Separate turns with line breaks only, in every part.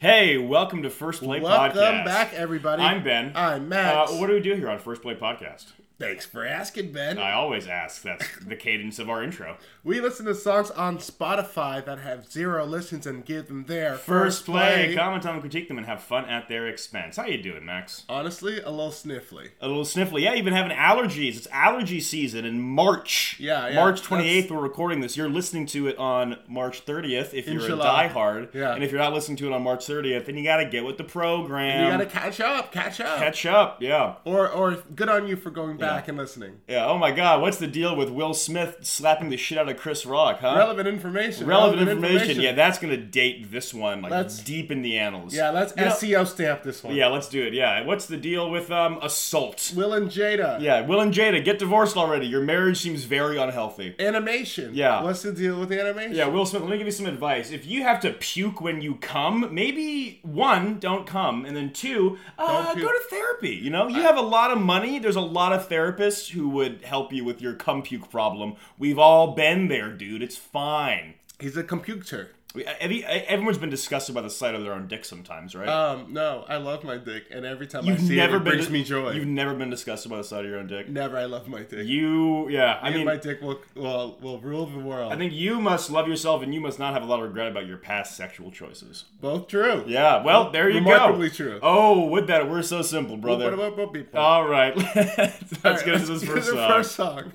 Hey, welcome to First Play
Welcome
Podcast.
back, everybody.
I'm Ben.
I'm
Uh,
Max.
what do we do here on First Play Podcast?
Thanks for asking, Ben.
I always ask. That's the cadence of our intro.
we listen to songs on Spotify that have zero listens and give them their
First Play, comment on, critique them, and have fun at their expense. How you doing, Max?
Honestly, a little sniffly.
A little sniffly. Yeah, even having allergies. It's allergy season in March.
Yeah, yeah,
March
that's-
28th, we're recording this. You're listening to it on March 30th if you're
July.
a diehard.
Yeah.
And if you're not listening to it on March 30th, then you got to get with the program.
you gotta catch up, catch up.
Um, catch up. Yeah.
or, or good on you for going back and listening.
Yeah. Oh my God. What's the deal with Will Smith slapping the shit out of Chris Rock? Huh?
Relevant information.
Uh, Relevant information. Yeah, that's gonna date this one like
Let's-
deep in the annals.
Yeah, let's
You know-
SEO stamp this one.
yeah, let's do it. Yeah. What's the deal with um assault?
Will and Jada.
Yeah. Will and Jada get divorced already. Your marriage seems very unhealthy.
Animation.
Yeah.
What's the deal with animation?
Yeah, Will Smith. Let me give you some advice. If you have to puke when you come, maybe one, don't come, and then two, uh,
Don't puke.
go to therapy. You know, you have a lot of money. There's a lot of therapists who would help you with your cum puke problem. We've all been there, dude. It's fine.
He's a computer.
We, uh, every, everyone's been disgusted by the sight of their own dick sometimes, right?
Um, no, I love my dick, and every time I
you've
see
never
it, it
been
brings me joy.
You've never been disgusted by the sight of your own dick.
Never, I love my dick.
You, yeah. I
I mean,
mean,
my dick will, will will rule the world.
I think you must love yourself, and you must not have a lot of regret about your past sexual choices.
both true.
Yeah, well, there you
Remarkably
go.
true.
Oh, would that it we're so simple, brother.
What about both people?
All right, let's
All right,
go to this
get
first
the
song.
first song.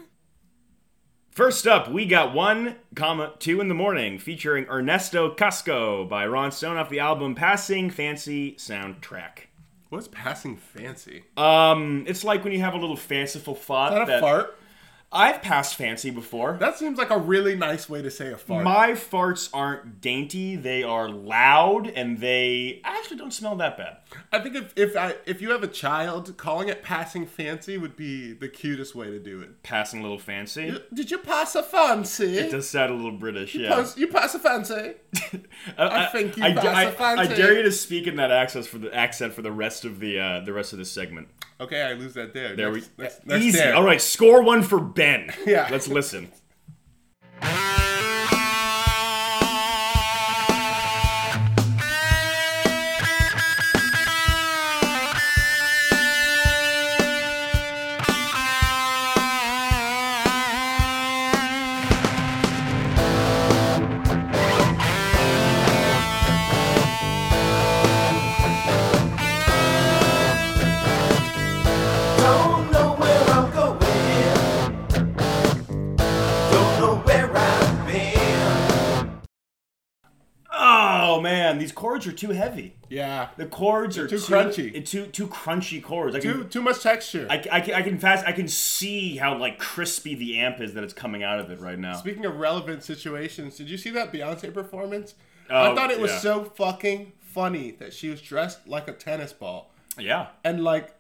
First up, we got one comma two in the morning, featuring Ernesto Casco by Ron Stone off the album Passing Fancy soundtrack.
What's passing fancy?
Um, it's like when you have a little fanciful thought
Is that a
that
fart?
I've passed fancy before.
That seems like a really nice way to say a fart.
My farts aren't dainty; they are loud, and they actually don't smell that bad.
I think if if I if you have a child, calling it passing fancy would be the cutest way to do it.
Passing a little fancy. It
Did you pass a fancy?
does sound a little British, yeah.
Pass- You pass a fancy. I think you
I,
pass
I-
a fancy.
I dare you to speak in that accent for the accent for the rest of the uh, the rest of the segment.
Okay, I lose that there.
There
next,
we
next, next
easy.
dare.
All right, score one for Ben.
Yeah.
let's listen.
Don't know where I'm going. Don't know where I've been.
Oh man, these chords are too heavy.
Yeah.
The chords are
too crunchy.
eh, Too too crunchy chords. I can,
Too too much texture.
I, I can I can fast. I can see how like crispy the amp is that it's coming out of it right now.
Speaking of relevant situations, did you see that Beyonce performance?
Oh,
I thought it was
yeah.
so fucking funny that she was dressed like a tennis ball.
Yeah.
And like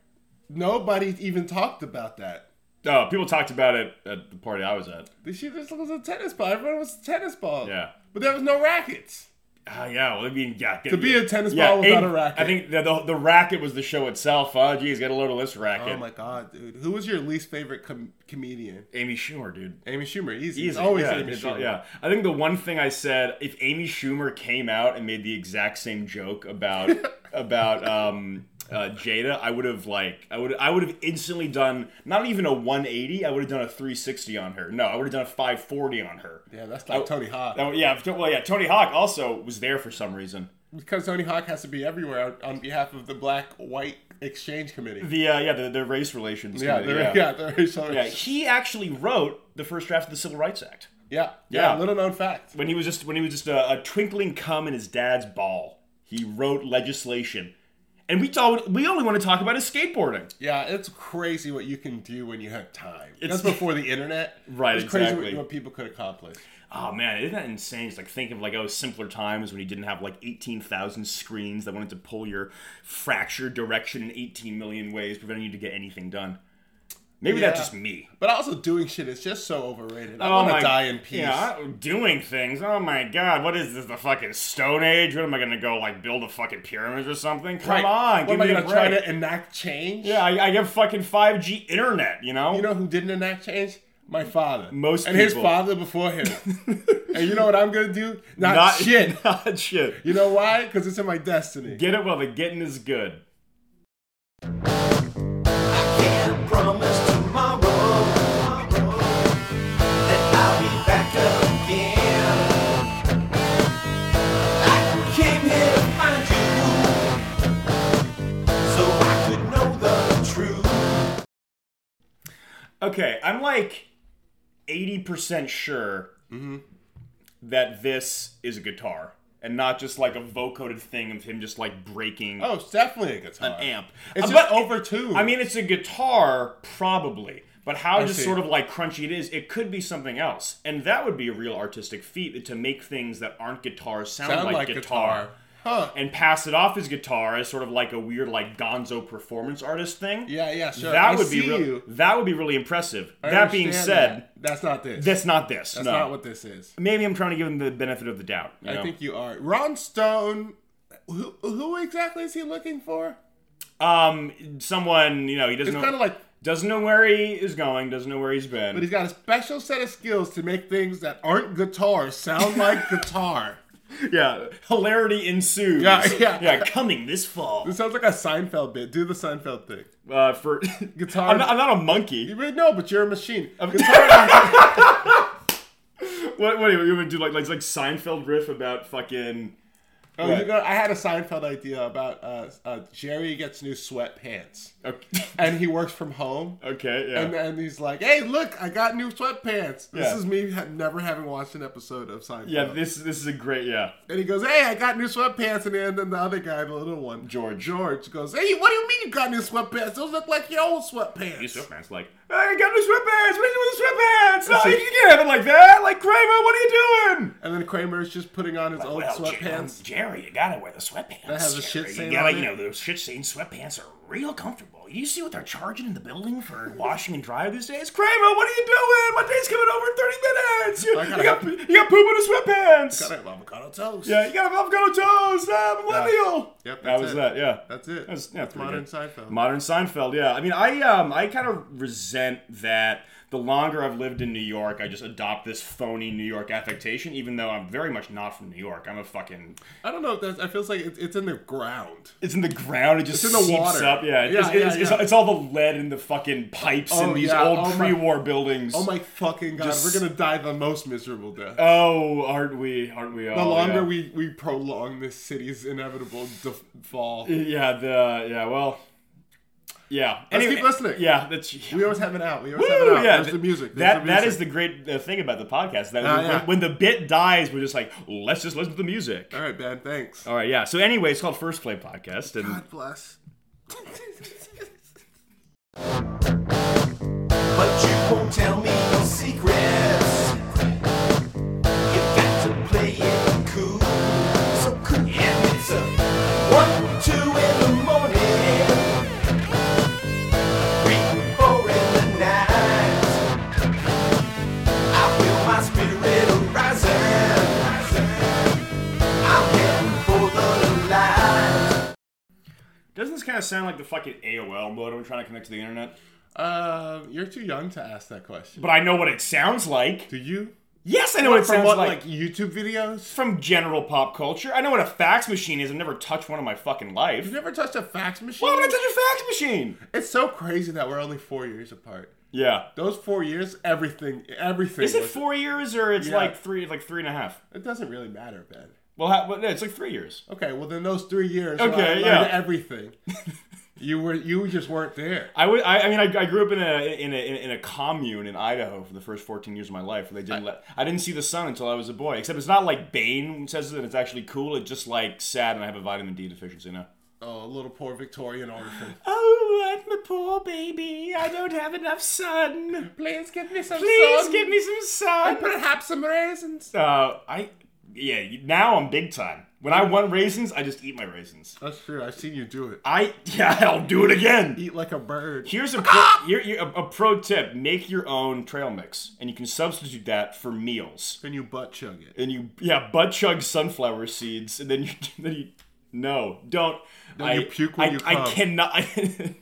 nobody even talked about that.
Oh, people talked about it at the party I was at.
She just was a tennis ball. Everyone was a tennis ball.
Yeah.
But there was no rackets.
Ah, yeah. Well, I mean, yeah.
To be a tennis ball without a racket.
I think the, the, the racket was the show itself. Huh? Geez, got a load of this racket.
Oh my god, dude. Who was your least favorite com- comedian?
Amy Schumer, dude.
Amy Schumer. Easy. It's
Easy.
Always
yeah,
Amy
it's
Schumer.
all- yeah. I think the one thing I said, if Amy Schumer came out and made the exact same joke about about um, uh, Jada, I would have like I would I would have instantly done not even a 180. I would have done a 360 on her. No, I would have done a 540 on her.
Yeah, that's like
I-
Tony Hawk.
Oh. That, yeah, if- well, yeah. Tony Hawk also was there for some reason.
because Tony Hawk has to be everywhere on, on behalf of the Black White Exchange Committee.
The uh, yeah, the, the race relations.
yeah,
committee,
there, yeah. there is so-
yeah. He actually wrote the first draft of the Civil Rights Act
Yeah,
Yeah.
yeah. Little known fact.
when he was just when he was just a, a twinkling cum in his dad's ball. He wrote legislation, and we thought we only want to talk about his skateboarding.
Yeah, it's crazy what you can do when you have time.
It's-
That's before the internet.
Right,
It's crazy
exactly.
what, what people could accomplish.
Oh man, isn't that insane? Just like think of like oh simpler times when you didn't have like eighteen thousand screens that wanted to pull your fractured direction in eighteen million ways, preventing you to get anything done. Maybe that's
Yeah.
just me.
But also doing shit is just so overrated. I
Oh
want
my-
to die in peace.
Yeah, I- doing things. Oh my god, what is this? The fucking Stone Age? What am I gonna go like build a fucking pyramid or something? Come
Right.
on,
what
give
am I
me
gonna
a
try
break.
to enact change?
Yeah, I, I get fucking 5G internet, you know?
You know who didn't enact change? my father.
Most
and his
people.
father before him. and you know what I'm gonna do? Not, shit.
Not shit.
You know why? Because it's in my destiny.
Get it while the getting is good.
I can't promise tomorrow that I'll be back again. I came here to find you so I could know the truth.
Okay, I'm like 80% sure
Mm-hmm.
that this is a guitar and not just like a vocoded thing of him just like breaking
oh, it's definitely a guitar.
an amp.
It's
Uh,
just over two.
I mean, it's a guitar, probably. But how just
see.
sort of like crunchy it is, it could be something else, and that would be a real artistic feat to make things that aren't guitars sound,
sound
like,
like
guitar.
guitar. Huh.
and pass it off as guitar as sort of like a weird like gonzo performance artist thing.
Yeah, yeah, sure.
That
I
would be
see
real-
you.
that would be really impressive.
I
that being
understand
said,
that. that's not this.
that's not this.
that's
no.
not what this is.
Maybe I'm trying to give him the benefit of the doubt. you know?
I think you are. Ron Stone. Who, who exactly is he looking for?
um someone, you know, he doesn't
It's
know
kind of like,
doesn't know where he is going, doesn't know where he's been.
but he's got a special set of skills to make things that aren't guitars sound like guitar.
yeah, hilarity ensues.
Yeah, yeah.
yeah. Coming this fall,
It sounds like a Seinfeld bit. Do the Seinfeld thing.
uh, for
Guitar-
I'm not, I'm not a monkey.
You really know, but you're a machine.
What? What? You would do like like like Seinfeld riff about fucking.
Oh,
Right.
you know, I had a Seinfeld idea about uh, uh, Jerry gets new sweatpants,
Okay,
and he works from home.
okay yeah.
And then he's like, "Hey, look! I got new sweatpants. This
Yeah.
is me ha- never having watched an episode of Seinfeld."
Yeah, this this is a great yeah.
and he goes, "Hey, I got new sweatpants." And then the other guy, the little one,
George.
George goes, "Hey, what do you mean you got new sweatpants? Those look like your old sweatpants."
sweatpants, like I got new sweatpants. What are you doing with the sweatpants?
That's
No, you
it.
can't have it like that. Like Kramer, what are you doing?
and then Kramer's just putting on his old sweatpants.
Jerry, you gotta wear the sweatpants.
That has a shit
Jerry.
stain
You gotta,
on
you know,
it.
those shit stained sweatpants are real comfortable. You see what they're charging in the building for washing and dryer these days? Kramer, what are you doing? My day's coming over in 30 minutes. You,
I gotta
you got, you got poop in the sweatpants.
Gotta have avocado toast.
yeah, you gotta have avocado toast. Ah, millennial.
Yep,
that
that's
was
it.
that, yeah.
that's it.
That's, yeah, pretty
modern
good.
Seinfeld.
Modern Seinfeld, yeah. I mean, I um, I kind of resent that the longer I've lived in New York, I just adopt this phony New York affectation, even though I'm very much not from New York. I'm a fucking.
I don't know if that's. I feels like it's, it's in the ground.
It's in the ground. It just
It's in the
seeps
water.
up. Yeah, it's,
Yeah,
it's,
yeah,
it's, it's,
yeah.
it's all the lead in the fucking pipes in
Oh,
these
yeah.
old
Oh, my-
pre-war buildings.
Oh my fucking god!
Just-
We're gonna die the most miserable death.
Oh, aren't we? Aren't we? All,
the longer
Oh, yeah.
we, we prolong this city's inevitable def- fall,
Yeah. The yeah. Well. Yeah.
Let's keep listening.
Yeah. That's.
we always have it out. We always have it
Woo,
out.
yeah,
There's the music. There's
That
the
that
music.
is the great uh, thing about the podcast. That
Ah,
when,
yeah.
when the bit dies, we're just like, let's just listen to the Oh. music.
All right, Ben. Thanks.
All right, yeah. So anyway, it's called First Play Podcast, and
God bless.
But you won't tell me your secrets. You got to play it cool. So cool. And it's a one, two in the morning. Three, four in the night. I feel my spirit arising. I'm heading for the light.
doesn't this kind of sound like the fucking AOL modem trying to connect to the internet?
Um, you're too young to ask that question.
But I know what it sounds like.
Do you?
Yes, I know what it
From
sounds
what,
like.
like YouTube videos?
From general pop culture, I know what a fax machine is. I've never touched one in my fucking life.
You never touched a fax machine?
Why would I touch a fax machine?
It's so crazy that we're only four years apart.
Yeah.
Those four years, everything, everything.
Is it
was-
four years or it's
Yeah.
like three, like three and a half?
It doesn't really matter, Ben.
Well, ha- well, no, it's like three years.
Okay, well then those three years,
Okay,
okay, I learned
yeah.
everything. you were you just weren't there.
I would- I- I mean, I, I grew up in a, in a in a- in a commune in Idaho for the first 14 years of my life. Where they didn't let I didn't see the sun until I was a boy. Except it's not like Bane says it, and it's actually cool. It's just like sad, and I have a vitamin D deficiency now.
Oh, little poor Victorian orphan.
Oh, I'm a poor baby. I don't have enough sun.
Please give me some.
me some sun.
perhaps some raisins.
Uh, I yeah. you- Now I'm big time. When I want raisins, I just eat my raisins.
That's true. I've seen you do it.
I yeah. I'll do it again.
Eat like a bird.
Here's a pro, here- here- a, a pro tip: make your own trail mix, and you can substitute that for meals.
Then you butt chug it.
And you, yeah, butt chug sunflower seeds, and then you, then you, no, don't.
Then
I,
you puke when
I,
you
I
come.
cannot.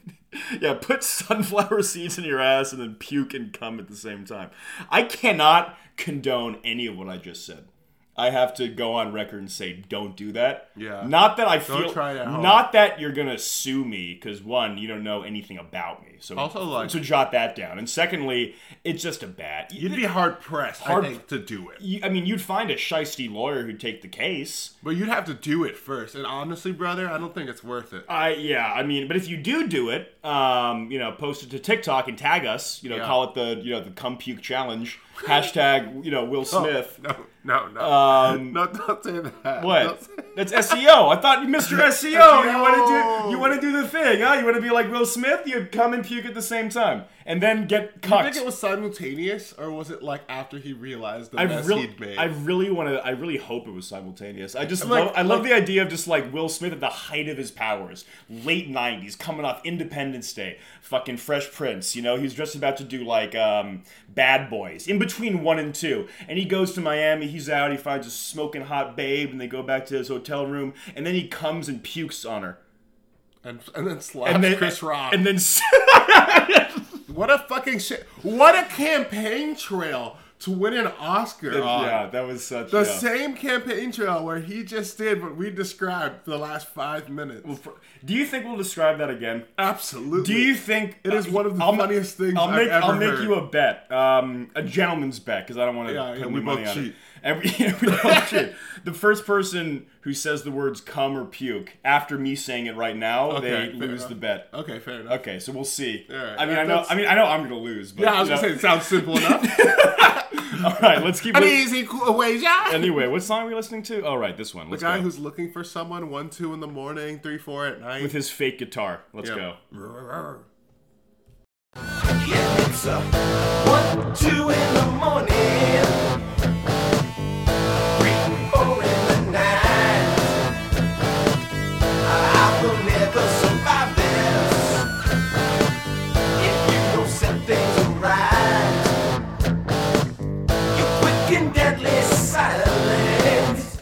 yeah, put sunflower seeds in your ass and then puke and cum at the same time. I cannot condone any of what I just said. I have to go on record and say don't do that.
Yeah.
Not that I feel.
try it at home.
Not that you're gonna sue me because one, you don't know anything about me. So
Also, like-
so jot that down. And secondly, it's just a bad.
You'd be hard pressed,
Hard-
I think, to do it.
You, I mean, you'd find a shisty lawyer who'd take the case.
But you'd have to do it first. And honestly, brother, I don't think it's worth it.
I yeah, I mean, but if you do do it, um, you know, post it to TikTok and tag us. You know,
Yeah.
call it the you know the cum puke challenge hashtag. You know,
Oh.
Will Smith.
No, no, no.
Um,
no, don't say that. Don't
What?
say-
That's SEO. I thought you, Mr. SEO. You want to
SEO.
do you want to do the thing, huh? You want to be like Will Smith? You come and puke at the same time, and then get
Do you think
cucked.
it was simultaneous, or was it like after he realized the
I
mess
really,
he'd made?
I really want to. I really hope it was simultaneous. I just
Like-
love. I love
like-
the idea of just like Will Smith at the height of his powers, late '90s, coming off Independence Day, fucking Fresh Prince. You know, he's just about to do like um, Bad Boys, in between one and two, and he goes to Miami. He's out. He finds a smoking hot babe, and they go back to his hotel room, and then he comes and pukes on her,
and, and then slaps
and then
Chris Rock.
and then
what a fucking shit! What a campaign trail to win an Oscar on.
yeah, that was such.
The
yeah.
same campaign trail where he just did what we described for the last five minutes.
Do you think we'll describe that again?
Absolutely.
Do you think uh,
It is one of the funniest things
I'll
I've
make
ever
I'll make
heard.
you a bet, um, a gentleman's bet, because I don't want to
Yeah,
put
yeah,
any
we
money
both
on
cheat.
it. Every, yeah, we both cheat. The first person who says the words "cum" or "puke" after me saying it right now,
Okay,
they
fair
lose
enough.
the bet.
Okay, fair enough.
Okay, so we'll see.
right.
I mean, I know.
That's-
I mean, I know I'm gonna lose. But,
Yeah, I was
you
gonna say
know.
it sounds simple enough.
All right, let's keep.
An
li-
easy equation.
anyway, what song are we listening to? All right, this one.
The
Let's
guy
go.
who's looking for someone one, two in the morning, three, four at night.
with his fake guitar. Let's
Yeah.
go.
Yeah, it's a one, two in the morning, three, four in the night. I will never survive this if you don't set things right. You're quick and deadly silence.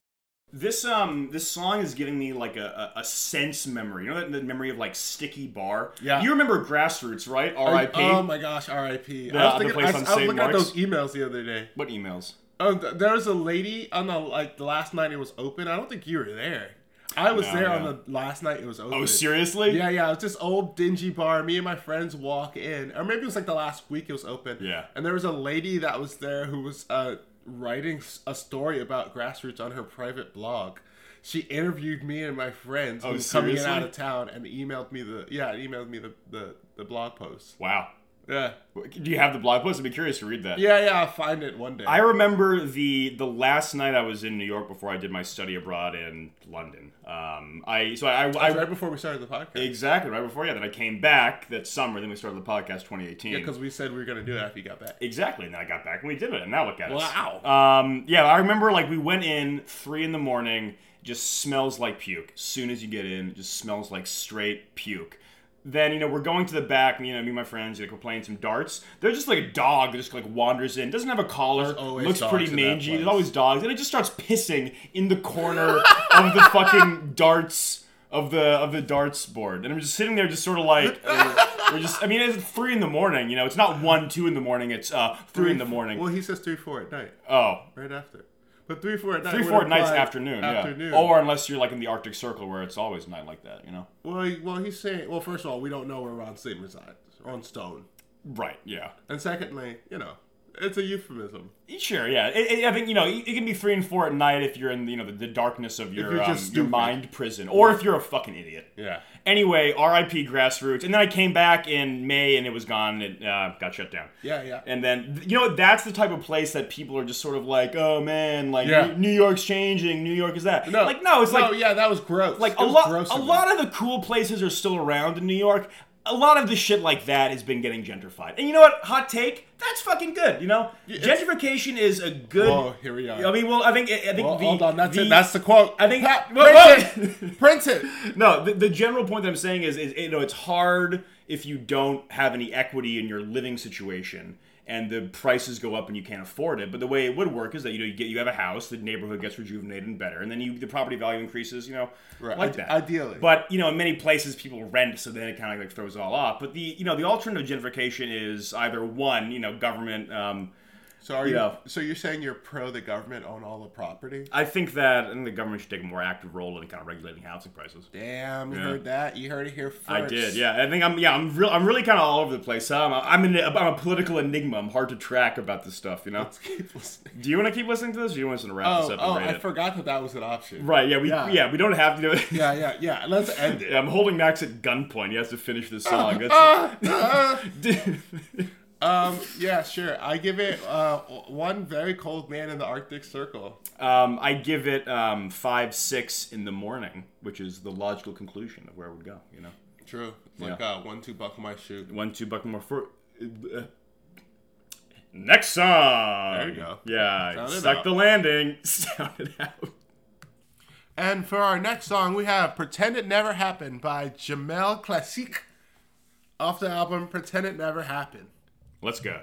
This um this song is giving me like a, a, a sense memory. You know that the memory of like sticky bar.
Yeah.
You remember Grassroots, right? R.I.P.
Oh my gosh, R.I.P.
The-
I was,
the
thinking,
place
I,
on
was- I was
St.
looking at
Mark's?
those emails the other day.
what emails?
Oh, th- there was a lady on the like the last night it was open. I don't think you were there. I was
No,
there on
yeah.
the last night it was open.
Oh, seriously?
Yeah, yeah. It was this old dingy bar. Me and my friends walk in, or maybe it was like the last week it was open.
Yeah.
And there was a lady that was there who was uh, writing s- a story about grassroots on her private blog. She interviewed me and my friends who
Oh,
was coming in
seriously?
out of town and emailed me the yeah emailed me the the, the blog post.
Wow.
Yeah.
Do you have the blog post? I'd be curious to read that.
Yeah, yeah. I'll find it one day.
I remember the the last night I was in New York before I did my study abroad in London. Um, I so I, I,
That's right before we started the podcast.
exactly right before yeah. Then I came back that summer. Then we started the podcast 2018.
Yeah, because we said we were gonna do it after you got back.
Exactly. And then I got back and we did it. And now look at us.
Wow.
Um, yeah, I remember like we went in three in the morning, just smells like puke. Soon as you get in, just smells like straight puke. Then, you know, we're going to the back, you know, me and my friends, like, we're playing some darts. There's just like a dog that just like wanders in, doesn't have a collar,
There's always
looks
dogs
pretty
in that
mangy. There's
place.
always dogs. And it just starts pissing in the corner of the fucking darts. Of the of the darts board, and I'm just sitting there, just sort of like we're, we're just. I mean, it's three in the morning. You know, it's not one, two in the morning. It's uh three, in the morning.
Well, he says three, four at night,
Oh,
right after. But three, four at night.
three,
would
four at night's
imply
afternoon,
Afternoon.
Yeah. Or unless you're like in the Arctic Circle where it's always night like that, you know?
well, he- well, he's saying. Well, first of all, we don't know where Ron Stein resides. Ron Stone.
Right. Yeah.
And secondly, you know, it's a euphemism.
Sure. Yeah. It, it- I think you know it, it can be three and four at night if you're in you know the, the darkness of your
you're
um,
just
your
stupid.
mind prison, or if you're a fucking idiot.
Yeah.
Anyway, R.I.P. Grassroots, and then I came back in May and it was gone. It uh, got shut down.
Yeah, yeah.
And then th- you know that's the type of place that people are just sort of like, oh man, like
Yeah.
New- New York's changing, New York is that. Like no, it's like
no, yeah, that was gross.
like
It
a
was
lot
gross
a
of
lot of the cool places are still around in New York. A lot of the shit like that has been getting gentrified. And you know what? Hot take, that's fucking good, you know?
it's-
Gentrification is a
him.
good
Whoa, here we are.
I mean, well, I think I think
well,
the,
hold on, that's
the,
it. That's the quote.
I think-
Pat,
Whoa, whoa.
print it. print it.
No, the, the general point that I'm saying is, is you know, it's hard if you don't have any equity in your living situation. and the prices go up and you can't afford it. But the way it would work is that you know you get you have a house, the neighborhood gets rejuvenated and better, and then you the property value increases. You know,
Right,
like
ide-
that.
ideally.
But you know, in many places people rent, so then it kind of like throws it all off. But the you know the alternative gentrification is either one, you know, government. Um,
So are you?
Yeah.
So you're saying you're pro the government own all the property?
I think that I think the government should take a more active role in kind of regulating housing prices.
Damn, you heard that? You heard it here first.
I did, yeah. I think I'm, yeah, I'm real. I'm really kind of all over the place. I'm, I'm, an, I'm a political enigma. I'm hard to track about this stuff, you know.
Let's keep listening.
Do you want to keep listening to this? Or do you want us to wrap
Oh,
this up?
oh,
and rate
I
it?
forgot that that was an option.
Right. Yeah. We.
Yeah.
Yeah. We don't have to. do it.
Yeah, yeah, yeah. Let's end it.
I'm holding Max at gunpoint. He has to finish this song.
Uh,
That's.
Um, yeah, sure. I give it uh, one very cold man in the Arctic Circle.
um, I give it um, five six in the morning, which is the logical conclusion of where it would go. You know,
True. It's like
Yeah.
uh, one, two, buckle my shoe.
one two Buckmore for. Uh, next song.
There you go.
Yeah.
Sound it
stuck
out.
the landing. Sound it out.
And for our next song, we have Pretend It Never Happened by Jamel Classique off the album Pretend It Never Happened.
Let's go.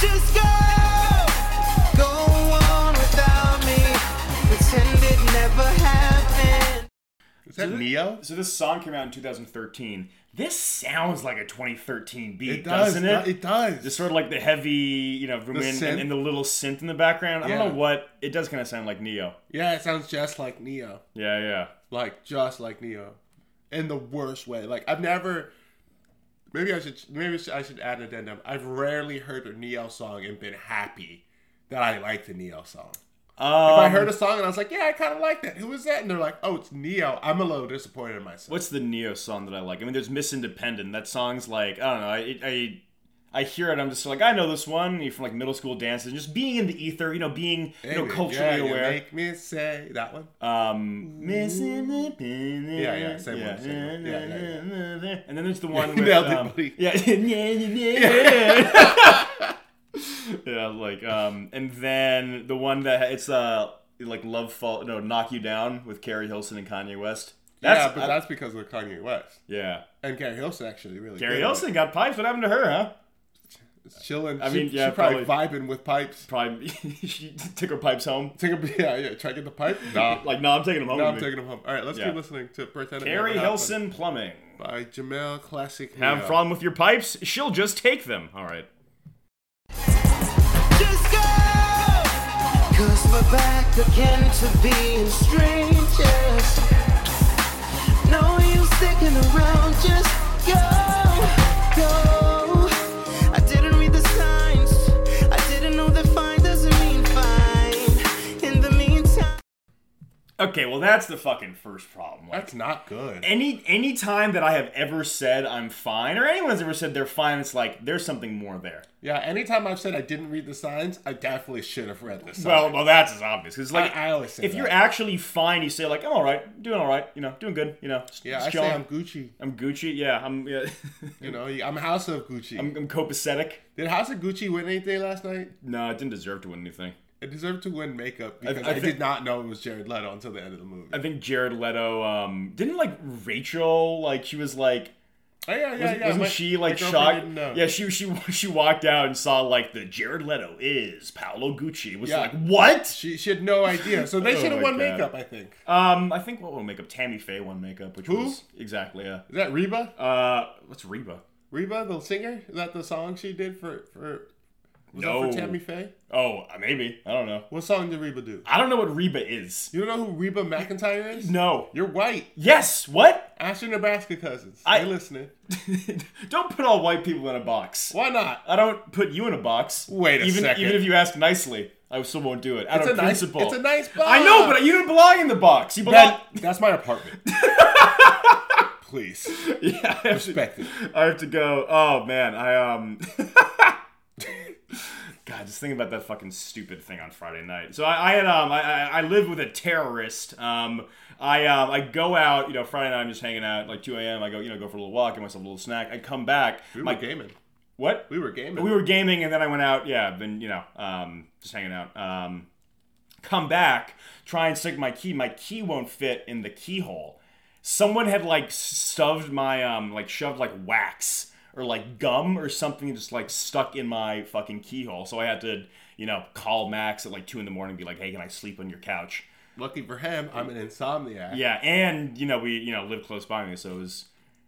Just go, go on without me. Pretend it never happened.
Is that Neo?
So this song came out in 2013. This sounds like a 2013 beat,
does,
not it?
It does.
It's sort of like the heavy, you know, Vermin
synth?
and, and the little synth in the background. I
Yeah.
don't know what it does. Kind of sound like Neo.
Yeah, it sounds just like Neo.
Yeah, yeah.
Like just like Neo, in the worst way. Like I've never. Maybe I should. Maybe I should add an addendum. I've rarely heard a Neo song and been happy that I liked the Neo song. If
Um,
I heard a song and I was like, "Yeah, I kind of like that. Who is that?" And they're like, "Oh, it's Neo." I'm a little disappointed in myself.
what's the Neo song that I like? I mean, there's Miss Independent. That song's like I don't know. I I, I hear it. I'm just like I know this one from like middle school dances. Just being in the ether, you know, being you know
Baby,
culturally
yeah, you
aware.
make me say that one. Oh,
Um, Miss Independent.
Yeah, yeah, same one, same one. Yeah, yeah,
And then there's the one
You
with
nailed it,
um,
buddy.
yeah, yeah, yeah, yeah. yeah, like um, and then the one that it's uh like Love Fall, no, Knock You Down with Carrie Hilson and Kanye West. That's,
yeah, but that's because of Kanye West
yeah.
and Gary Hilson actually really.
Carrie
good.
Hilson got pipes. What happened to her, huh?
It's chilling.
I
she,
mean, yeah,
she probably, vibing with pipes.
Probably she took her pipes home.
Take a yeah, yeah. Try to get the pipe. Nah.
Like, no, I'm taking them home.
No,
with
I'm
me.
taking him home. All right, let's
Yeah.
keep listening to Pretend It
Carrie
Never Happened
Hilson Plumbing.
by Jamel Classic.
Have
Neo.
problem with your pipes? She'll just take them. All right.
Just go, cause we're back again to being strangers. No use sticking around, just go, go. I didn't read the signs, I didn't know that fine doesn't mean fine. In the meantime,
Okay, well that's the fucking first problem. Like
That's not good.
any any time that I have ever said I'm fine, or anyone's ever said they're fine, it's like there's something more there.
Yeah, anytime I've said I didn't read the signs, I definitely should have read the signs.
Well, well that's as obvious. 'cause, like
I- I always say
if you're
that.
actually fine, you say like I'm all right, doing all right, you know, doing good, you know. just-
yeah,
just
I say
chilling.
I'm Gucci.
I'm Gucci. Yeah, I'm yeah,
You know, I'm House of Gucci.
I'm, I'm copacetic.
Did House of Gucci win anything last night?
No, I didn't deserve to win anything.
It deserved to win makeup because I,
I think-
did not know it was Jared Leto until the end of the movie.
I think Jared Leto um didn't like Rachel like she was like
oh yeah, yeah,
Wasn't,
yeah.
wasn't
my-
she
my
like
girlfriend
shocked?
didn't know.
Yeah, she she she walked out and saw like the Jared Leto is Paolo Gucci. Was
Yeah.
like what?
she she had no idea. So they
Oh
should have
my
won
God.
makeup. I think.
Um, I think what will make up Tammy Faye won makeup, which
Who?
was exactly yeah.
Is that Reba?
Uh, what's Reba?
Reba, the singer? Is that the song she did for for? Was that
No.
for Tammy Faye?
Oh, uh, maybe I don't know.
What song did Reba do?
I don't know what Reba is.
You don't know who Reba McIntyre is?
No.
You're white.
Yes. What?
Asher Nebraska cousins.
I-
They listening.
don't put all white people in a box.
Why not?
I don't put you in a box.
Wait a
even,
second.
Even if you ask nicely, I still won't do it. Out
It's
of
a nice-
principle.
it's a nice
I know,
box.
but you don't belong in the box. You belong.
That, that's my apartment. Please.
yeah. I have to-
Respect it.
I have to go. Oh man, I um. God, God, just thinking about that fucking stupid thing on Friday night. So I, I had um I, I I live with a terrorist. Um I um I go out, you know, Friday night I'm just hanging out like 2 a.m. I go, you know, go for a little walk, get myself a little snack. I come back.
We were
my
gaming.
what?
We were gaming.
we were gaming and then I went out, yeah, been, you know, um, just hanging out. Um, come back, try and stick my key. My key won't fit in the keyhole. Someone had like shoved my um like shoved like wax or like gum or something just like stuck in my fucking keyhole. So I had to, you know, call Max at like two in the morning and be like, hey, can I sleep on your couch?
Lucky for him, I'm an insomniac.
Yeah, and you know, we you know live close by me, so it was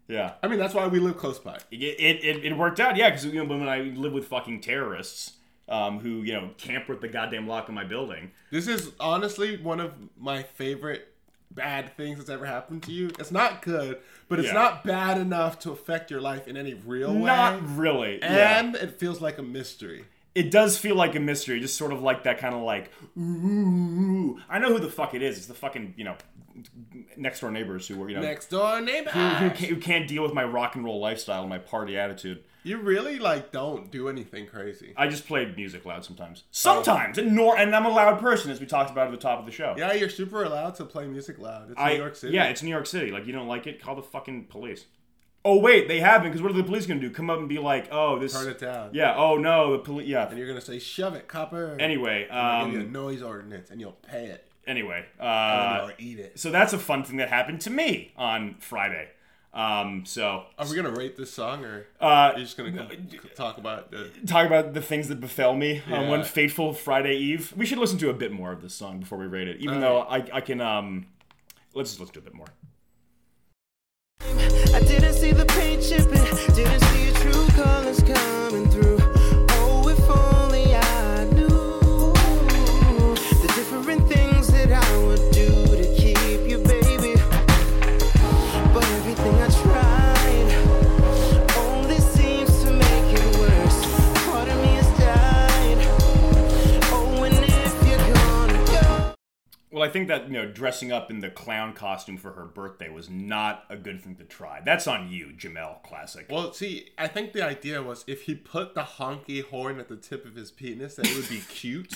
yeah.
I mean, that's why we live close by.
It, it, it, it worked out, yeah, because you know, when I live with fucking terrorists um, who, you know, tamper with the goddamn lock of my building.
This is honestly one of my favorite bad things that's ever happened to you. It's not good, but it's
Yeah.
not bad enough to affect your life in any real way.
Not really. yeah.
and it feels like a mystery.
It does feel like a mystery, just sort of like that kind of like, ooh. I know who the fuck it is. It's the fucking, you know, next door neighbors who were, you know,
Next door neighbor.
who, who, can't, who can't deal with my rock and roll lifestyle and my party attitude.
You really like don't do anything crazy.
I just played music loud sometimes.
Oh.
Sometimes! And, nor, and I'm a loud person, as we talked about at the top of the show.
Yeah, you're super allowed to play music loud. It's
I-
New York City.
Yeah, it's New York City. Like, you don't like it? Call the fucking police. Oh, wait, they haven't, because what are the police going to do? Come up and be like, oh, this.
turn it down.
Yeah, oh, no, the police. Yeah.
and you're gonna say shove it, copper.
Anyway,
I'll give you a
um,
noise ordinance, and you'll pay it
anyway.
or
Uh,
eat it.
so that's a fun thing that happened to me on Friday. Um, so,
Are we gonna rate this song, or
uh,
are you just gonna c- c- talk about the?
talk about the things that befell me on
Yeah.
one fateful Friday eve. We should listen to a bit more of this song before we rate it, even though I, I can, um, let's just listen to a bit more.
I didn't see the paint chipping, didn't see your true colors coming through. Oh, if only I knew the different things that I would do to keep you, baby. But everything I tried only seems to make it worse. Part of me is dying. Oh, and if you're gonna go.
Well, I think that you know, dressing up in the clown costume for her birthday was not a good thing to try. That's on you, Jamel. Classic.
Well, see, I think the idea was if he put the honky horn at the tip of his penis, that it would be cute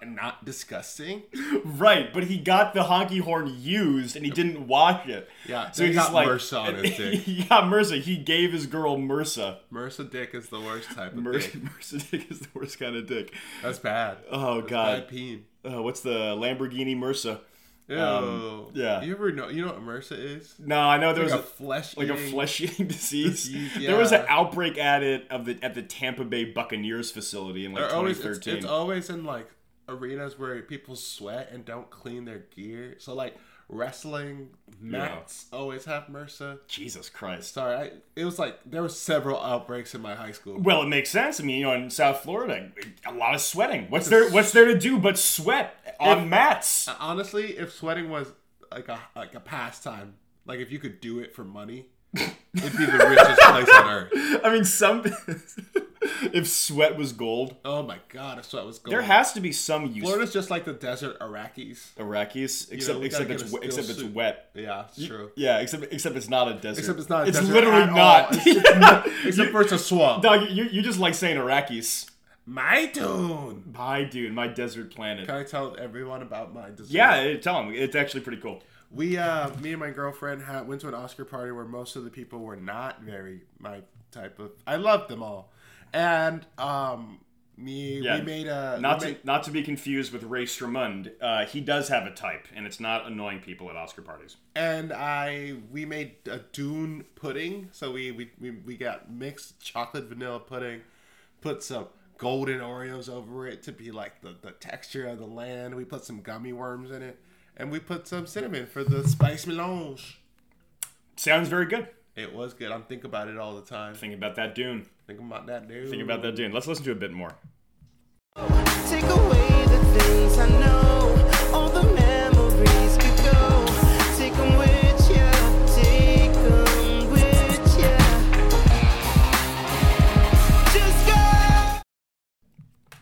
and not disgusting.
right, but he got the honky horn used, and he didn't wash it.
Yeah,
so he's
he got
just like
MRSA on his dick.
he got MRSA. He gave his girl MRSA.
MRSA dick is the worst type of
MRSA,
dick.
MRSA dick is the worst kind of dick.
That's bad.
Oh
Bad
god,
peen.
uh, what's the Lamborghini MRSA?
Ew.
yeah.
You ever know? You know what MRSA is?
No, I know there was
Like a,
a-
flesh.
like a
eating-
flesh eating disease.
Disease,
There was an
yeah.
outbreak at it of the at the Tampa Bay Buccaneers facility in like
They're always it's,
2013.
it's always in like arenas where people sweat and don't clean their gear. So like wrestling mats always have MRSA.
Jesus Christ.
Sorry, I, it was like there were several outbreaks in my high school.
Well, it makes sense. I mean, you know, in South Florida, a lot of sweating. What's there? What's there to do but sweat on
If- Uh,
mats?
Honestly, if sweating was like a like a pastime, like if you could do it for money, it'd be the richest place on earth.
I mean, some. if sweat was gold,
Oh my god, if sweat was gold.
there has to be some use. for
Oh. Florida's just like the desert Iraqis.
Iraqis, except
we gotta
except
get
it's
a
we-
steel
except it's
suit.
wet.
Yeah, it's true.
Yeah, except except it's not a desert.
Except it's not. A
it's
desert
literally
at all.
not.
It's- it's not- Except for it's a swamp.
Dog, you you just like saying Iraqis.
My tune.
My dude, my desert planet.
Can I tell everyone about my dessert?
Yeah, eh, tell him. It's actually pretty cool.
We, uh, me and my girlfriend had, went to an Oscar party where most of the people were not very my type of. I loved them all, and um, me
Yeah.
we made a
Not
we
to,
made-
not to be confused with Ray Stramund. Uh, he does have a type, and it's not annoying people at Oscar parties.
and I we made a Dune pudding. So we we we, we got mixed chocolate vanilla pudding, put some. Golden Oreos over it to be like the, the texture of the land. We put some gummy worms in it, and we put some cinnamon for the spice melange.
Sounds very good.
It was good. I'm thinking about it all the time.
Think about that Dune.
Thinking about that dude.
Think about that Dune. Let's listen to a bit more.
Take away the things I know. All the memories could go. Take 'em with ya. Take 'em with ya. Just go.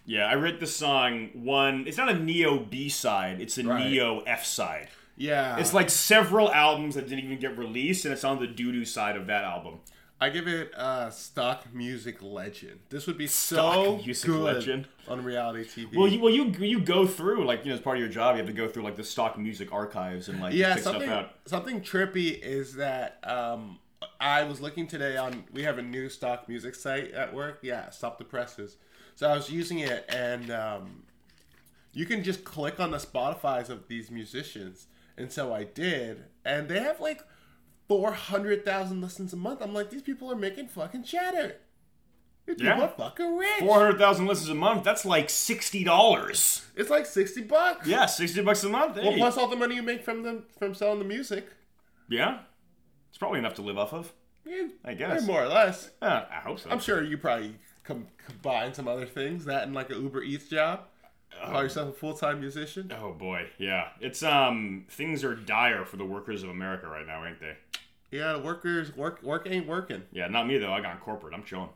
Yeah, I wrote this song one. It's not a neo B side. It's a
Right. Uh-huh.
neo F side.
Yeah.
It's like several albums that didn't even get released, and it's on the doo doo side of that album.
I give it uh, stock music legend. This would be so
Stock music
good
legend.
on reality TV.
Well, you well you you go through like you know as part of your job you have to go through like the stock music archives and like
yeah,
pick stuff
something
out.
something trippy is that um, I was looking today on we have a new stock music site at work. Yeah, stop the presses. So I was using it, and um, you can just click on the Spotify's of these musicians, and so I did, and they have like four hundred thousand listens a month. I'm like, these people are making fucking cheddar. These
Yeah.
people are fucking rich.
Four hundred thousand listens a month. That's like sixty dollars.
It's like sixty bucks.
Yeah, sixty bucks a month.
Well,
hey.
plus all the money you make from them from selling the music.
yeah, it's probably enough to live off of.
Yeah,
I guess.
more or less.
Uh, I hope so.
I'm sure you probably com- combine some other things, that and like an Uber Eats job. Call yourself a full time musician.
Oh boy, Uh-huh. yeah. It's um things are dire for the workers of America right now, ain't they?
Yeah, workers work work ain't working.
Yeah, not me though. I got corporate. I'm chilling.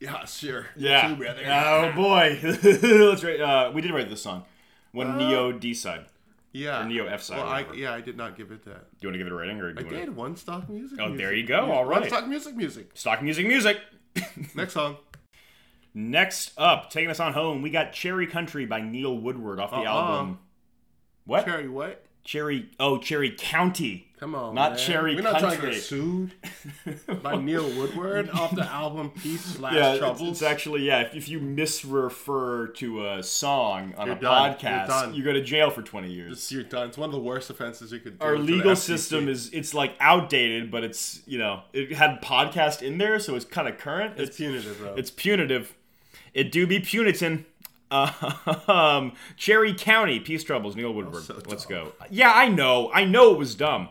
Yeah, sure.
Yeah.
You too, brother.
Oh boy. Let's write. Uh, we did write this song.
Uh,
When Neo D side.
yeah.
Neo F side,
Well,
or
I,
whatever.
yeah, I did not give it that.
Do you want to give it a rating or do
I
you want
did one stock music.
Oh,
music.
there you go,
Music.
all
One
right.
stock music, music.
to stock music? Music.
Next song.
Next up, taking us on home, we got Cherry Country by Neil Woodward off the
Uh-uh.
album. What? Cherry.
Cherry what?
Oh, Cherry County.
Come on,
Not
man.
Cherry
We're not trying to
Country.
get sued by Neil Woodward off the album Peace Slash
Yeah, it's,
Troubles.
it's actually yeah. If, if you misrefer to a song on
You're
a
done. You're
podcast,
done.
you go to jail for twenty years.
It's- you're done. It's one of the worst offenses you could do.
Our
to E the
legal
FCC.
system is it's like outdated, but it's you know it had podcast in there, so it's kind of current.
it's punitive though.
It's punitive. It do be Punitin. Um, Cherry County, Peace Troubles, Neil Woodward.
so
Let's
dumb.
go. Yeah, I know. I know it was dumb.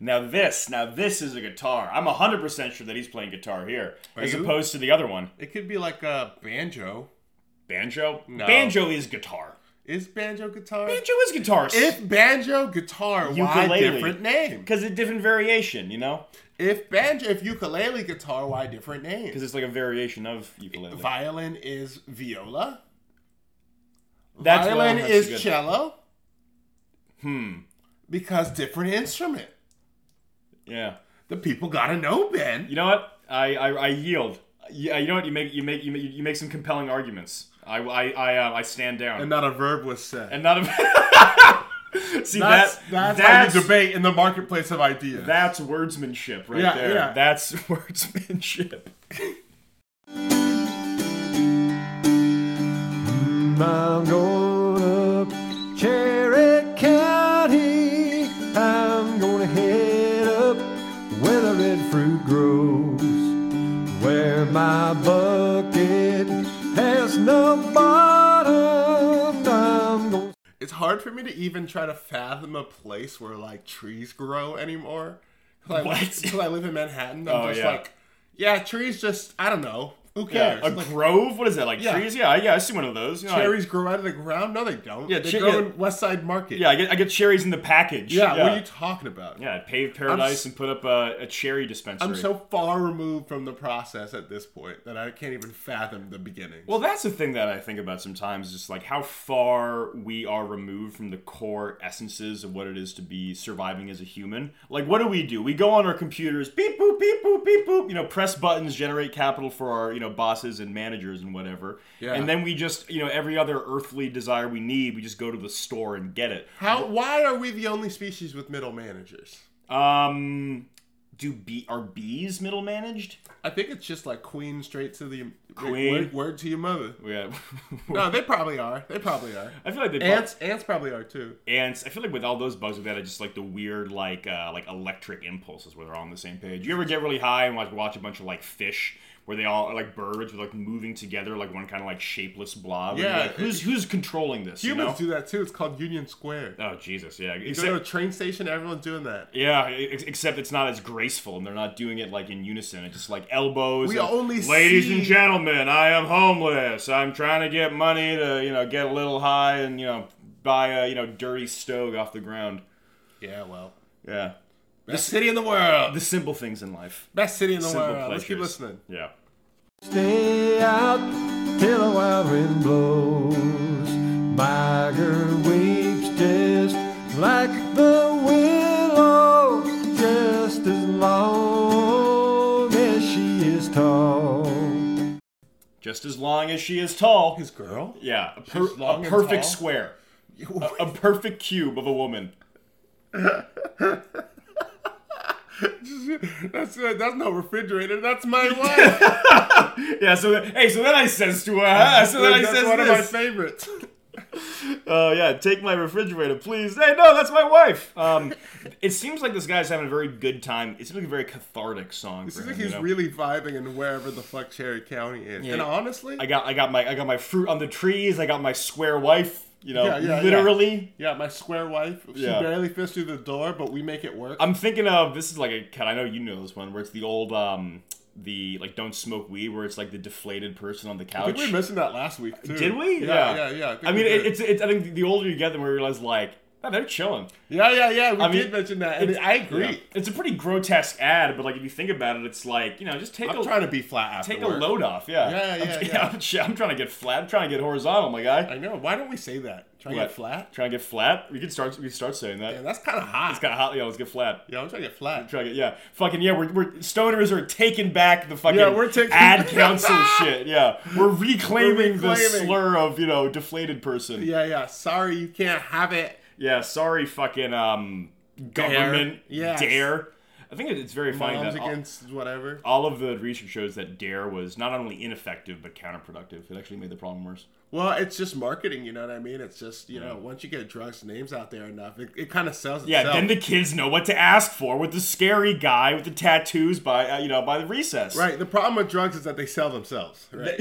Now this, now this is a guitar. I'm 100% sure that he's playing guitar here,
Are
as
you?
opposed to the other one.
It could be like a banjo.
Banjo?
No.
Banjo is guitar.
Is banjo guitar?
Banjo is guitar.
If banjo guitar, why
Ukulele.
different name?
Because it's a different variation, you know?
If banjo, if ukulele guitar, why different name?
Because it's like a variation of ukulele.
Violin is viola.
That's
Violin
well, that's
is
good.
cello. Hmm. Because different instrument.
Yeah.
The people gotta know, Ben.
You know what? I, I, I yield. Yeah, you know what? You make you make you make, you make some compelling arguments. I I I, uh, I stand down.
And
And,
not a verb was said.
not a. See
that's
that that's
that's, how you debate in the marketplace of ideas.
that's wordsmanship right
Yeah,
there.
yeah.
That's wordsmanship.
I'm going up Cherry County. I'm gonna head up where the red fruit grows, where my bucket has no bottom. I'm gonna
it's hard for me to even try to fathom a place where like trees grow anymore. Cause I,
What?
Because I live in Manhattan, I'm
Oh,
just
yeah.
like, yeah, trees. Just I don't know. Who
Yeah,
cares?
a
Like,
grove. What is that? Like
Yeah.
trees? Yeah, yeah. I see one of those. You know, I-
cherries grow out of the ground? No, they don't.
Yeah,
they
che-
grow
yeah.
in West Side Market.
yeah, I get I get cherries in the package.
yeah.
yeah.
What are you talking about?
yeah, paved paradise
s-
and put up a, a cherry dispensary.
I'm so far removed from the process at this point that I can't even fathom the beginning.
Well, that's the thing that I think about sometimes, just like how far we are removed from the core essences of what it is to be surviving as a human. Like, what do we do? We go on our computers, beep boop, beep boop, beep boop. You know, press buttons, generate capital for our you know bosses and managers and whatever.
Yeah.
And then we just you know every other earthly desire we need, we just go to the store and get it.
how? Why are we the only species with middle managers?
Um, do bee are bees middle managed?
I think it's just like queen straight to the
Queen.
Word, word to your mother.
Yeah.
No, they probably are. They probably are.
I feel like they
Ants, ants probably are too.
And I feel like with all those bugs like that, I just like the weird like uh, like electric impulses where they're all on the same page. You ever get really high and like watch a bunch of like fish where they all are like birds with like moving together like one kind of like shapeless blob? and you're
Yeah,
like, who's who's controlling this? you
Humans
know?
do that too. It's called Union Square.
Oh Jesus, yeah.
You go to a
Except,
train station, everyone's doing that.
yeah, ex- except it's not as graceful, and they're not doing it like in unison. It's just like elbows.
We
and,
only
ladies and
see-
gentlemen, I am homeless. I'm trying to get money to you know get a little high and you know buy a you know dirty stove off the ground.
Yeah, well.
Yeah.
Best city in the world.
The simple things in life.
Best city in the
Simple
world.
pleasures.
Let's keep listening.
Yeah.
Stay out till the wild wind blows. My girl weeps just like the willow, just as long as she is tall.
Just as long as she is tall.
His girl?
Yeah. A, per-
She's long
a
and
perfect
tall?
square. A perfect cube of a woman.
That's uh, that's no refrigerator. That's my wife.
Yeah, so then, hey, so then I says to her, huh? so then I
that's
says
one of my
this.
favorites.
Oh yeah, take my refrigerator, please. Hey, no, that's my wife. Um, it seems like this guy's having a very good time. It seems like a very cathartic song.
It
for
seems
him,
like
you
he's
know?
really vibing in wherever the fuck Cherry County is.
Yeah.
And honestly,
I got, I got my, I got my fruit on the trees. I got my square wife. You know,
Yeah, yeah, yeah.
literally.
yeah, my square wife. She
Yeah.
barely fits through the door, but we make it work.
I'm thinking of this is like a cut. I know you know this one where it's the old um the like don't smoke weed where it's like the deflated person on the
I
couch.
think we mentioned that last week too.
Did we?
Yeah, yeah, yeah. think
I
we
mean, it,
did.
it's it's. I think the older you get, the more you realize like oh, they're chilling.
yeah, yeah, yeah. We
I mean,
did mention that, and
it's-
I agree.
Yeah. It's a pretty grotesque ad, but like if you think about it, it's like you know just take
I'm
a
trying to be flat after
take a
work.
load off. Yeah.
Yeah, yeah,
I'm,
yeah.
I'm, shit, I'm trying to get flat. I'm trying to get horizontal, my guy.
I know. Why don't we say that? Try to get
What?
flat.
Trying to get flat. We could start. We could start saying that.
Yeah, that's kind of hot.
it's kind of hot. Yeah, let's get flat.
yeah, I'm trying to get flat.
Try to get yeah, fucking yeah. We're, we're stoners are taking back the fucking
Yeah, we're taking-
ad council shit. Yeah, we're reclaiming, the
reclaiming.
slur of you know deflated person. Yeah,
Yeah, yeah. Sorry, you can't have it.
sorry, fucking um government
Yes.
dare. I think it- it's very funny
Moms
that all-
against whatever.
all, of the research shows that dare was not only ineffective but counterproductive. It actually made the problem worse.
Well, it's just marketing. You know what I mean? It's just you know once you get drugs names out there enough, it, it kind of sells
Mm. Yeah,
itself.
then the kids know what to ask for with the scary guy with the tattoos by uh, you know by the recess.
right. The problem with drugs is that they sell themselves. Right.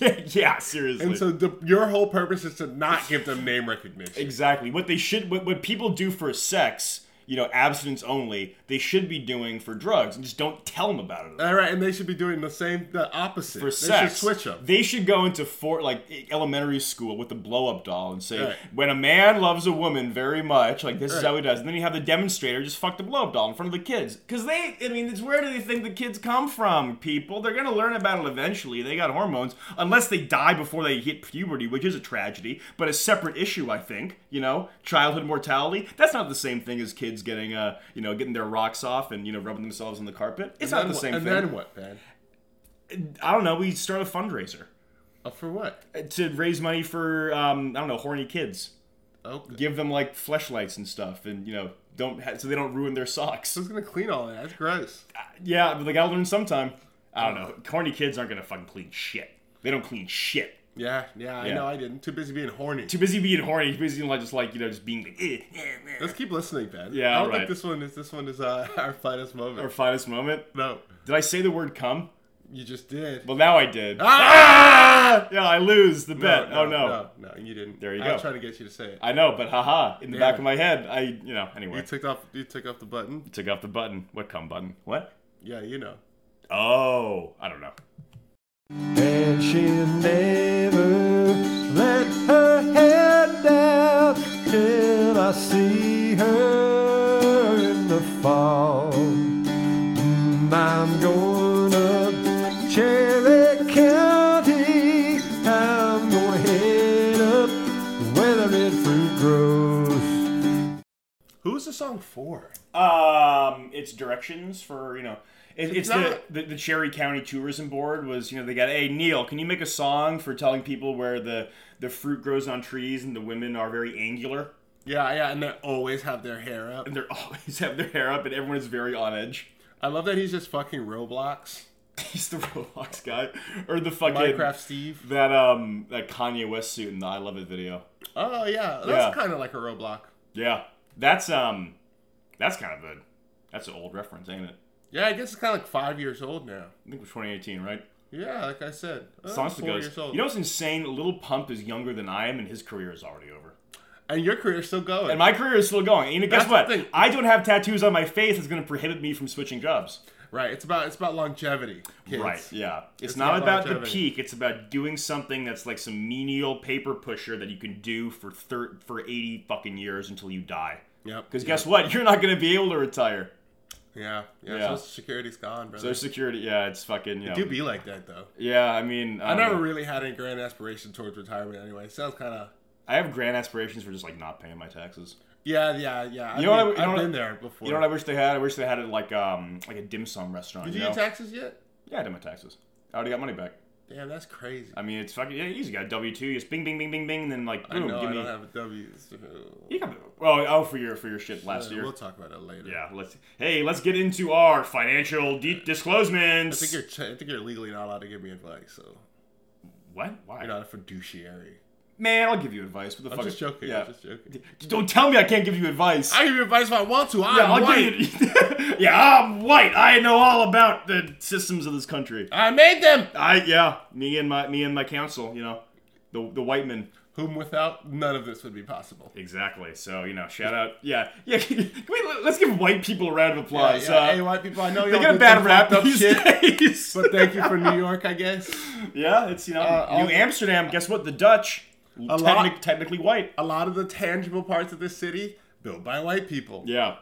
yeah, yeah, seriously.
And so the, your whole purpose is to not give them name recognition.
Exactly. What they should, what, what people do for sex, you know, abstinence only, they should be doing for drugs and just don't tell them about it.
All right, and they should be doing the same, the opposite.
For
they
sex,
should switch them.
They should go into for like elementary school with the blow up doll and say,
Right.
when a man loves a woman very much, like this is
Right.
how he does. And then you have the demonstrator just fuck the blow up doll in front of the kids, because they, I mean, it's where do they think the kids come from? People, they're gonna learn about it eventually. They got hormones, unless they die before they hit puberty, which is a tragedy, but a separate issue, I think. You know, childhood mortality. That's not the same thing as kids getting, uh, you know, getting their rocks off and you know rubbing themselves on the carpet. It's not
And
the
wha-
same
and
thing.
then what, man?
I don't know. We start a fundraiser
Uh, for what?
to raise money for um, I don't know horny kids.
Okay.
Give them like fleshlights and stuff, and you know don't ha- so they don't ruin their socks.
Who's gonna clean all that? That's gross.
Yeah, but they gotta learn sometime. I don't know. Horny kids aren't gonna fucking clean shit. They don't clean shit.
Yeah, yeah, I
Yeah.
know. I didn't. Too busy being horny.
Too busy being horny. Too busy like just like you know just being like eh, eh, eh.
Let's keep listening, Ben.
Yeah,
I don't
alright.
think this one is this one is uh, our finest moment.
our finest moment.
no,
Did I say the word cum?
you just did.
Well, now I did.
ah!
Yeah, I lose the
No,
bet. oh no.
no, no, you didn't.
There you
I was
go.
trying to get you to say it.
I know, but haha, in the
Damn
back
it.
of my head, I you know
you
anyway
took off. You took off the button.
took off the button. What cum button? What?
Yeah, you know.
Oh, I don't know.
And she never let her head down till I see her in the fall. Mm, I'm going up Cherry County. I'm gonna head up where the red fruit grows.
Who's the song for?
Um, it's directions for you know. It, it's the,
not-
the the Cherry County Tourism Board was you know they got hey Neil can you make a song for telling people where the the fruit grows on trees and the women are very angular
Yeah, yeah, and they always have their hair up.
and they're always have their hair up and everyone is very on edge.
I love that he's just fucking Roblox,
He's the Roblox guy or the fucking
Minecraft Steve.
that um that Kanye West suit in the I Love It video.
Oh yeah, that's
Yeah.
kind of like a Roblox.
Yeah, that's um that's kind of a that's an old reference, ain't it?
Yeah, I guess it's kind of like five years old now.
I think we're 2018, right?
Yeah, like I said, uh,
Songs
four
goes.
years old.
You know what's insane? Little Pump is younger than I am, and his career is already over.
and your career's still going.
And my career is still going. And you know, guess
That's the
what?
thing.
I don't have tattoos on my face that's going to prohibit me from switching jobs.
Right. It's about it's about longevity. Kids.
Right. Yeah. It's,
It's
not,
not
about the
longevity.
peak. It's about doing something that's like some menial paper pusher that you can do for thir- for 80 fucking years until you die.
Yep.
Because guess what? You're not going to be able to retire.
Yeah. Yeah.
Yeah.
Social Security's gone, brother.
Social Security, yeah, it's fucking, you know.
Uh-huh. do be like that though.
yeah, I mean, um,
I
don't
never
know.
really had any grand aspiration towards retirement anyway. It sounds kind of.
I have grand aspirations for just like not paying my taxes.
Yeah, yeah, yeah. I
You know what I-
mean,
you know
I've
what I-
been there before.
You know what I wish they had? I wish they had it like um like a dim sum restaurant.
Did
you
you
know?
get taxes yet?
yeah, I did my taxes. I already got money back.
Damn, that's crazy.
I mean, it's fucking yeah, easy. You got a W two, just bing, bing, bing, bing, bing, and then like
I
boom,
know
give
I
me.
don't have a W. So.
You got oh oh for your for your shit last
Uh,
year.
We'll talk about it later.
yeah, let's hey, let's get into our financial de- disclosements.
I think you're. Ch- I think you're legally not allowed to give me advice, so
what? Why?
you're not a fiduciary.
Man, I'll give you advice. What the
I'm
fuck?
just joking.
Yeah.
I'm just joking.
Don't tell me I can't give you advice.
I give you advice if I want to. I'm
yeah, I'll
white.
give you. yeah, I'm white. I know all about the systems of this country.
I made them.
I yeah, me and my me and my council, you know, the the white men.
Whom without none of this would be possible.
Exactly. So you know, shout out. Yeah, yeah. Can we, let's give white people a round of
Yeah,
applause.
yeah.
Uh,
hey, white people, I know
they
you're
get a bad rap
up
these
shit,
days.
but thank you for New York, I guess.
yeah, it's you know,
Uh, all
New
the-
Amsterdam. Guess what? The Dutch, technic-
lot-
technically white.
A lot of the tangible parts of this city built by white people.
Yeah.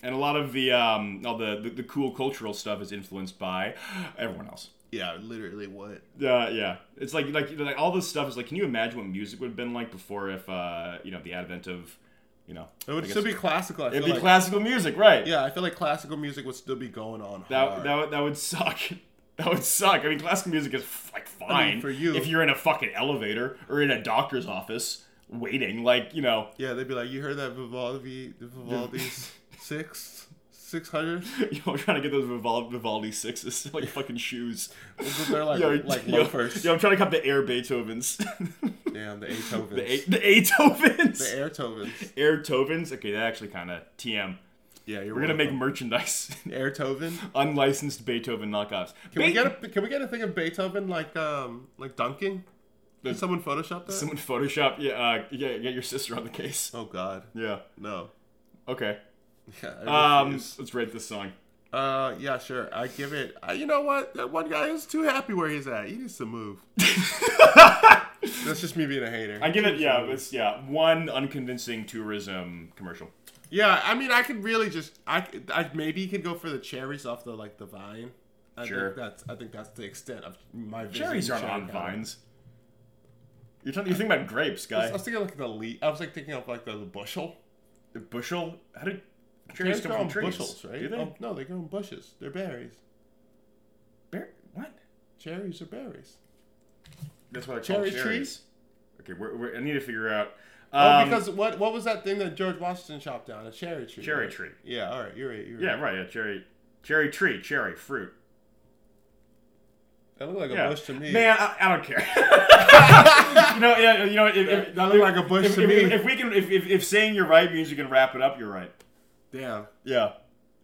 And a lot of the um, all the, the the cool cultural stuff is influenced by everyone else.
Yeah, literally what?
Uh, yeah, it's like like like all this stuff is like. Can you imagine what music would have been like before if uh, you know the advent of, you know,
It would
I
still
guess-
be classical. I
it'd
feel
be
like.
classical music, right?
Yeah, I feel like classical music would still be going on.
That
hard.
that would- that would suck. That would suck. I mean, classical music is f- like fine
mean, for you.
if you're in a fucking elevator or in a doctor's office waiting, like you know,
yeah, they'd be like, you heard that Vivaldi, the Vivaldi's six, six hundred.
you know, trying to get those Vivaldi, Vivaldi sixes like fucking shoes.
They're like
Yo,
like
yo,
loafers.
yo, I'm trying to cut the Air Beethovens,
Damn, the Beethovens,
the A- the Beethovens,
the Airtovens.
Air Tovens. Okay, that actually kind of TM.
Yeah, you're
We're gonna make merchandise.
Airtoven.
Unlicensed Beethoven knockoffs.
Can we
Be-
get a can we get a thing of Beethoven like um like dunking? Did someone Photoshop that?
someone Photoshop? Yeah, uh, yeah, get your sister on the case.
Oh God,
Yeah.
no.
Okay.
Yeah, I
Um,
refuse.
let's rate this song.
uh, yeah, sure. I give it. Uh, you know what? That one guy is too happy where he's at. He needs to move. That's just me being a hater.
I give it, yeah, it's yeah, one unconvincing tourism commercial.
Yeah, I mean, I could really just, I, could- I maybe you could go for the cherries off the like the vine. I
Sure.
Think that's I think that's the extent of my vision
Cherries
in
aren't
cherry
on
county.
vines. You're, talking, you're thinking about grapes,
I
guy.
was thinking like the leaf. I was like thinking of like the, the bushel.
The bushel? How did cherries come
grow
from
in
trees?
bushels, right?
Do they?
Oh, no, they grow in bushes. They're berries.
Bear- what?
Cherries are berries.
That's what I call
Cherry trees?
cherries. Okay, we're, we're, I need to figure out.
oh,
Um,
because what what was that thing that George Washington chopped down? A cherry tree.
Cherry
right?
tree.
Yeah. All right. You're right. You're
yeah,
Right.
right. Yeah, cherry, cherry tree, cherry fruit.
That looked like
Yeah.
a bush to me.
Man, I, I don't care. you know, yeah, you know, if, if,
That looked like a bush
if,
to
if,
me.
if we can, if, if, if saying you're right means you can wrap it up, you're right.
Damn.
Yeah.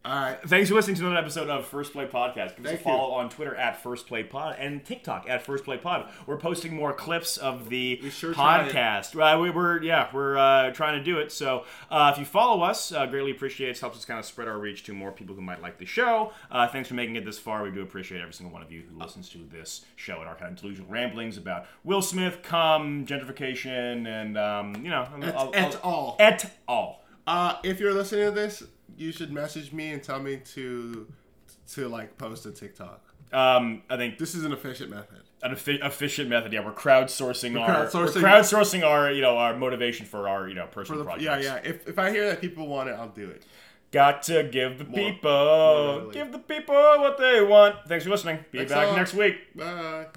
All right.
Thanks for listening to another episode of First Play Podcast. Give us
Thank
a
you.
follow on Twitter at First Play Pod and TikTok at First Play Pod. We're posting more clips of the
sure try it.
podcast. Uh, we, we're yeah, we're uh, trying to do it. So uh, if you follow us, uh, greatly appreciates helps us kind of spread our reach to more people who might like the show. Uh, thanks for making it this far. We do appreciate every single one of you who listens to this show and our kind of delusional ramblings about Will Smith, cum, gentrification, and um, you know, et,
et al.
Et al.
Uh, if you're listening to this, you should message me and tell me to to like post a TikTok.
Um, I think
This is an efficient method.
an effi- efficient method. Yeah, we're crowdsourcing our
crowdsourcing-
we're crowdsourcing our you know our motivation for our you know
For
personal
the,
projects.
yeah, yeah. If, if I hear that people want it, I'll do it.
Got to give the people
More readily.
give the people what they want. Thanks for listening. Be
Thanks a
back
lot.
next week.
Bye.